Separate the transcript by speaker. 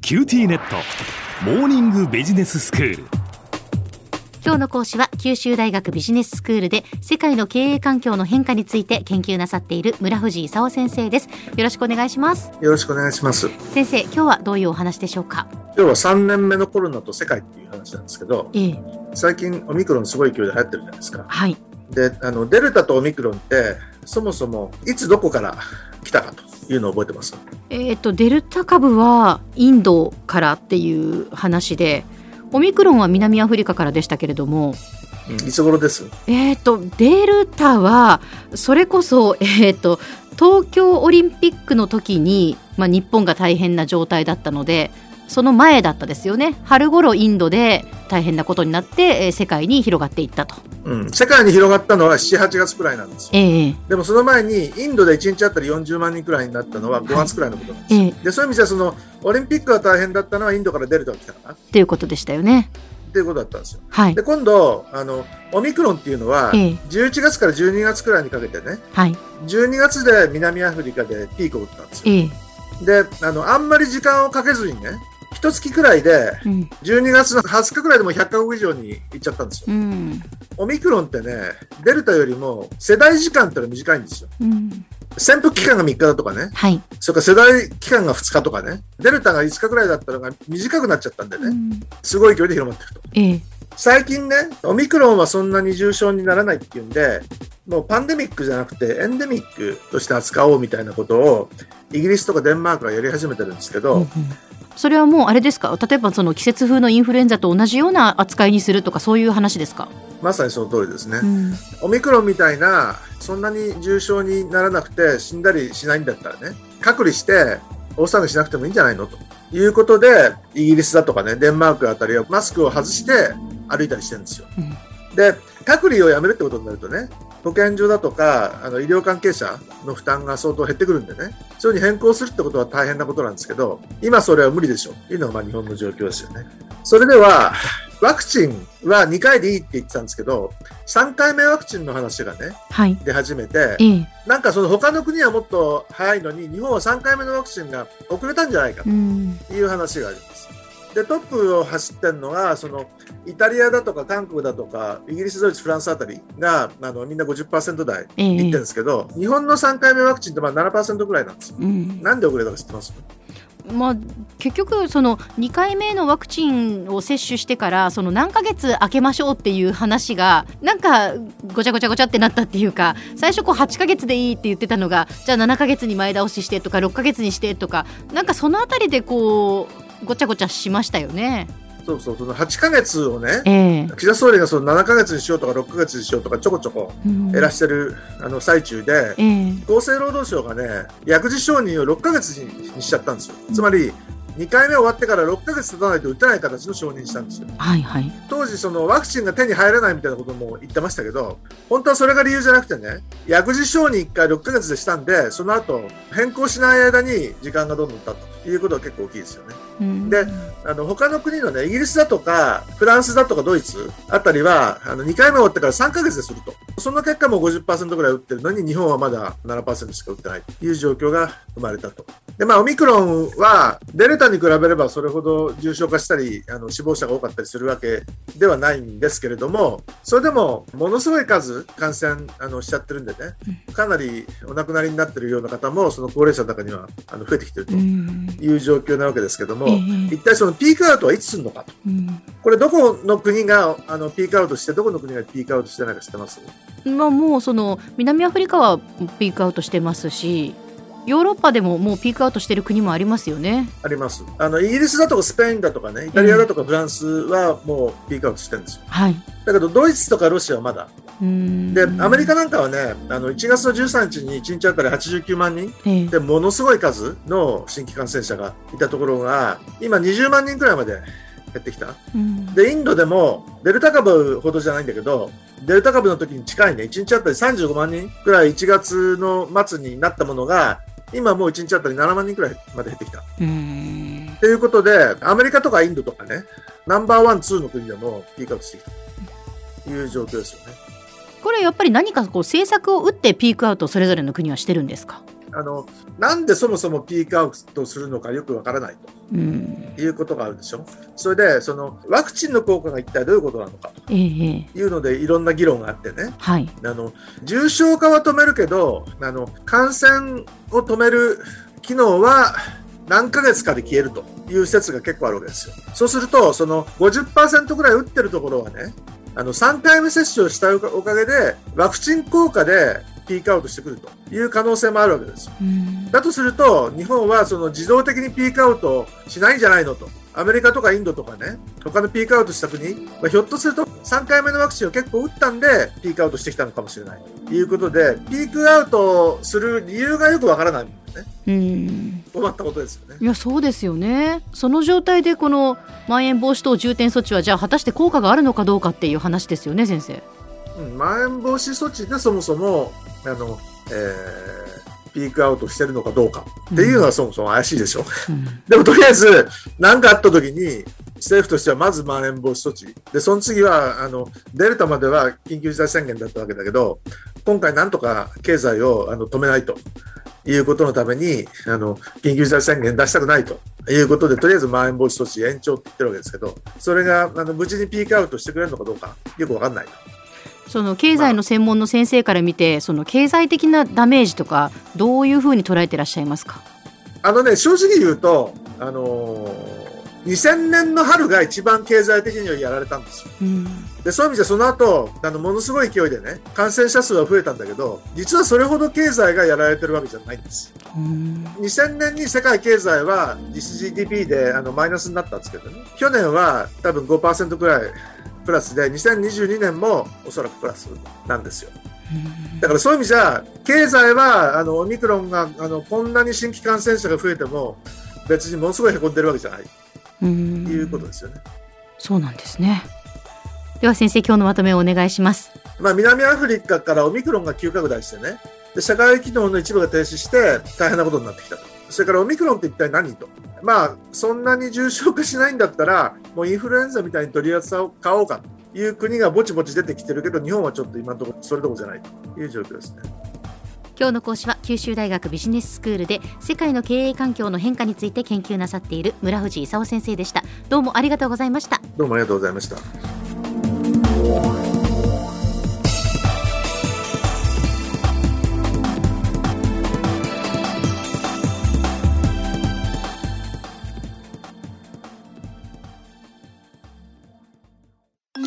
Speaker 1: キューティーネットモーニングビジネススクール
Speaker 2: 今日の講師は九州大学ビジネススクールで世界の経営環境の変化について研究なさっている村藤勲先生ですよろしくお願いします
Speaker 3: よろしくお願いします。
Speaker 2: 先生今日はどういうお話でしょうか
Speaker 3: 今日は3年目のコロナと世界っていう話なんですけど、
Speaker 2: ええ
Speaker 3: 最近オミクロンすごい勢いで流行ってるじゃないですか。
Speaker 2: はい
Speaker 3: で、あの、デルタとオミクロンって、そもそもいつどこから来たかというのを覚えてます。
Speaker 2: えっ、とデルタ株はインドからっていう話でオミクロンは南アフリカからでしたけれども
Speaker 3: いつ頃です
Speaker 2: えっ、とデルタはそれこそえっ、と東京オリンピックの時に、まあ、日本が大変な状態だったのでその前だったですよね春頃インドで大変なことになって、えー世界に広がっていったと。
Speaker 3: うん。世界に広がったのは7、8月くらいなんですよ。
Speaker 2: ええ
Speaker 3: でもその前に、インドで1日あたり40万人くらいになったのは5月くらいのことなんですよ。
Speaker 2: ええ
Speaker 3: で、そういう意味じゃ、その、オリンピックが大変だったのはインドからデルタが来たかなっ
Speaker 2: ということでしたよね。
Speaker 3: ていうことだったんですよ。
Speaker 2: はい
Speaker 3: で、今度、あの、オミクロンっていうのは、
Speaker 2: ええ
Speaker 3: 11月から12月くらいにかけてね、
Speaker 2: はい
Speaker 3: 12月で南アフリカでピークを打ったんですよ。
Speaker 2: ええ
Speaker 3: で、あの、あんまり時間をかけずにね、一月くらいで、
Speaker 2: うん
Speaker 3: 12月の20日くらいでもう100カ国以上に行っちゃったんですよ。
Speaker 2: うん
Speaker 3: オミクロンってね、デルタよりも世代時間ってのは短いんですよ。
Speaker 2: うん
Speaker 3: 潜伏期間が3日だとかね、
Speaker 2: はい、
Speaker 3: それから世代期間が2日とかね、デルタが5日くらいだったのが短くなっちゃったんで
Speaker 2: う
Speaker 3: ね、
Speaker 2: ん
Speaker 3: すごい勢いで広まっていくと。
Speaker 2: ええ
Speaker 3: 最近ね、オミクロンはそんなに重症にならないっていうんで、もうパンデミックじゃなくてエンデミックとして扱おうみたいなことをイギリスとかデンマークがやり始めてるんですけど、
Speaker 2: それはもうあれですか例えばその季節風のインフルエンザと同じような扱いにするとかそういう話ですか、
Speaker 3: まさにその通りですね、
Speaker 2: ん
Speaker 3: オミクロンみたいなそんなに重症にならなくて死んだりしないんだったらね隔離して大騒ぎしなくてもいいんじゃないのということでイギリスだとかねデンマークあたりはマスクを外して歩いたりしてるんですよ
Speaker 2: うん
Speaker 3: で隔離をやめるってことになるとね保健所だとかあの医療関係者の負担が相当減ってくるんでねそういうふうに変更するってことは大変なことなんですけど今それは無理でしょうっていうのがまあ日本の状況ですよねそれではワクチンは2回でいいって言ってたんですけど3回目ワクチンの話がね
Speaker 2: はい
Speaker 3: 出始めて
Speaker 2: ええ
Speaker 3: なんかその他の国はもっと早いのに日本は3回目のワクチンが遅れたんじゃないか
Speaker 2: うん
Speaker 3: という話があります。でトップを走ってるのがそのイタリアだとか韓国だとかイギリス、ドイツ、フランスあたりがあのみんな50%台いって
Speaker 2: ええ
Speaker 3: るんですけど、日本の3回目ワクチンってまあ7%ぐらいなんですよ。
Speaker 2: うん
Speaker 3: なんで遅れたか知ってます
Speaker 2: まあ、結局その2回目のワクチンを接種してからその何ヶ月空けましょうっていう話がなんかごちゃごちゃごちゃってなったっていうか最初こう8ヶ月でいいって言ってたのがじゃあ7ヶ月に前倒ししてとか6ヶ月にしてとかなんかそのあたりでこうごちゃごちゃしましたよね。
Speaker 3: そうそうその8ヶ月をね
Speaker 2: ええ
Speaker 3: 岸田総理がその7ヶ月にしようとか6ヶ月にしようとかちょこちょこ
Speaker 2: うん
Speaker 3: 減らしてるあの最中で
Speaker 2: ええ
Speaker 3: 厚生労働省がね薬事承認を6ヶ月にしちゃったんですよつまり2回目終わってから6ヶ月経たないと打てない形の承認したんですよ
Speaker 2: はいはい。
Speaker 3: 当時そのワクチンが手に入らないみたいなことも言ってましたけど本当はそれが理由じゃなくてね薬事承認1回6ヶ月でしたんでその後変更しない間に時間がどんどん経ったということが結構大きいですよね
Speaker 2: うん
Speaker 3: であの他の国のねイギリスだとかフランスだとかドイツあたりはあの2回目終わってから3ヶ月でするとその結果もう50%ぐらい打ってるのに日本はまだ7%しか打ってないという状況が生まれたとで、まあ、オミクロンはデルタに比べればそれほど重症化したりあの死亡者が多かったりするわけではないんですけれどもそれでもものすごい数感染あのしちゃってるんでねかなりお亡くなりになってるような方もその高齢者の中にはあの増えてきてると
Speaker 2: うん
Speaker 3: いう状況なわけですけども、
Speaker 2: ええ
Speaker 3: 一体そのピークアウトはいつするのかと。
Speaker 2: うん
Speaker 3: これどこの国があのピークアウトして、どこの国がピークアウトしてないか知ってます
Speaker 2: まあもうその南アフリカはピークアウトしてますし、ヨーロッパでももうピークアウトしてる国もありますよね。
Speaker 3: あります。あの、イギリスだとかスペインだとかね、イタリアだとかフランスはもうピークアウトしてるんですよ。
Speaker 2: はい。
Speaker 3: だけどドイツとかロシアはまだ。
Speaker 2: うん
Speaker 3: で、アメリカなんかはね、あの、1月の13日に1日あたり89万人
Speaker 2: ええ
Speaker 3: で、ものすごい数の新規感染者がいたところが、今20万人くらいまで減ってきた。
Speaker 2: うん
Speaker 3: で、インドでも、デルタ株ほどじゃないんだけど、デルタ株の時に近いね、1日あたり35万人くらい1月の末になったものが、今もう1日あたり7万人くらいまで減ってきた。
Speaker 2: うん
Speaker 3: ということで、アメリカとかインドとかね、ナンバーワン、ツーの国でもピークアウトしてきたという状況ですよね。
Speaker 2: これやっぱり何かこう政策を打ってピークアウトをそれぞれの国はしてるんですか。
Speaker 3: あのなんでそもそもピークアウトするのかよくわからない
Speaker 2: うん、
Speaker 3: ということがあるでしょ、それでそのワクチンの効果が一体どういうことなのか
Speaker 2: ええええ
Speaker 3: というので、いろんな議論があってね、
Speaker 2: はい、
Speaker 3: あの重症化は止めるけどあの、感染を止める機能は何ヶ月かで消えるという説が結構あるわけですよ。そうすると、その50%ぐらい打ってるところはね、あの3回目接種をしたおかげで、ワクチン効果でピークアウトしてくるという可能性もあるわけですよ。
Speaker 2: うん
Speaker 3: だとすると、日本はその自動的にピークアウトしないんじゃないのと。アメリカとかインドとかね、他のピークアウトした国、まあ、ひょっとすると3回目のワクチンを結構打ったんで、ピークアウトしてきたのかもしれないということで、ピークアウトする理由がよくわからないんですね。
Speaker 2: うん、
Speaker 3: 困ったことですよね。
Speaker 2: いやそうですよねその状態でこのまん延防止等重点措置はじゃあ果たして効果があるのかどうかっていう話ですよね先生
Speaker 3: うん、まん延防止措置でそもそも、あの、えーピークアウトしてるのかどうかっていうのはそもそも怪しいでしょ。
Speaker 2: うん
Speaker 3: でもとりあえず、何かあった時に、政府としてはまずまん延防止措置。で、その次は、あの、デルタまでは緊急事態宣言だったわけだけど、今回なんとか経済をあの止めないということのために、あの、緊急事態宣言出したくないということで、とりあえずまん延防止措置延長って言ってるわけですけど、それが、あの、無事にピークアウトしてくれるのかどうか、よくわかんない。
Speaker 2: その経済の専門の先生から見てその経済的なダメージとかどういうふうに捉えてらっしゃいますか
Speaker 3: あのね、正直言うと、あのー2000年の春が一番経済的にはやられたんですよ。
Speaker 2: うん
Speaker 3: でそういう意味じゃその後あのものすごい勢いでね感染者数は増えたんだけど実はそれほど経済がやられてるわけじゃないんです
Speaker 2: うん
Speaker 3: 2000年に世界経済は実質 GDP であのマイナスになったんですけどね去年は多分5%くらいプラスで2022年もおそらくプラスなんですよだからそういう意味じゃ経済はあのオミクロンがあのこんなに新規感染者が増えても別にものすごいへこんでるわけじゃないと
Speaker 2: うん
Speaker 3: いうことですよね。
Speaker 2: そうなんですねでは先生今日のまとめをお願いします
Speaker 3: まあ、南アフリカからオミクロンが急拡大してねで社会機能の一部が停止して大変なことになってきたとそれからオミクロンって一体何とまあそんなに重症化しないんだったらもうインフルエンザみたいに取り扱おうかという国がぼちぼち出てきてるけど日本はちょっと今のところそれどころじゃないという状況ですね。
Speaker 2: 今日の講師は九州大学ビジネススクールで世界の経営環境の変化について研究なさっている村藤勲先生でしたどうもありがとうございました
Speaker 3: どうもありがとうございました。
Speaker 4: キュ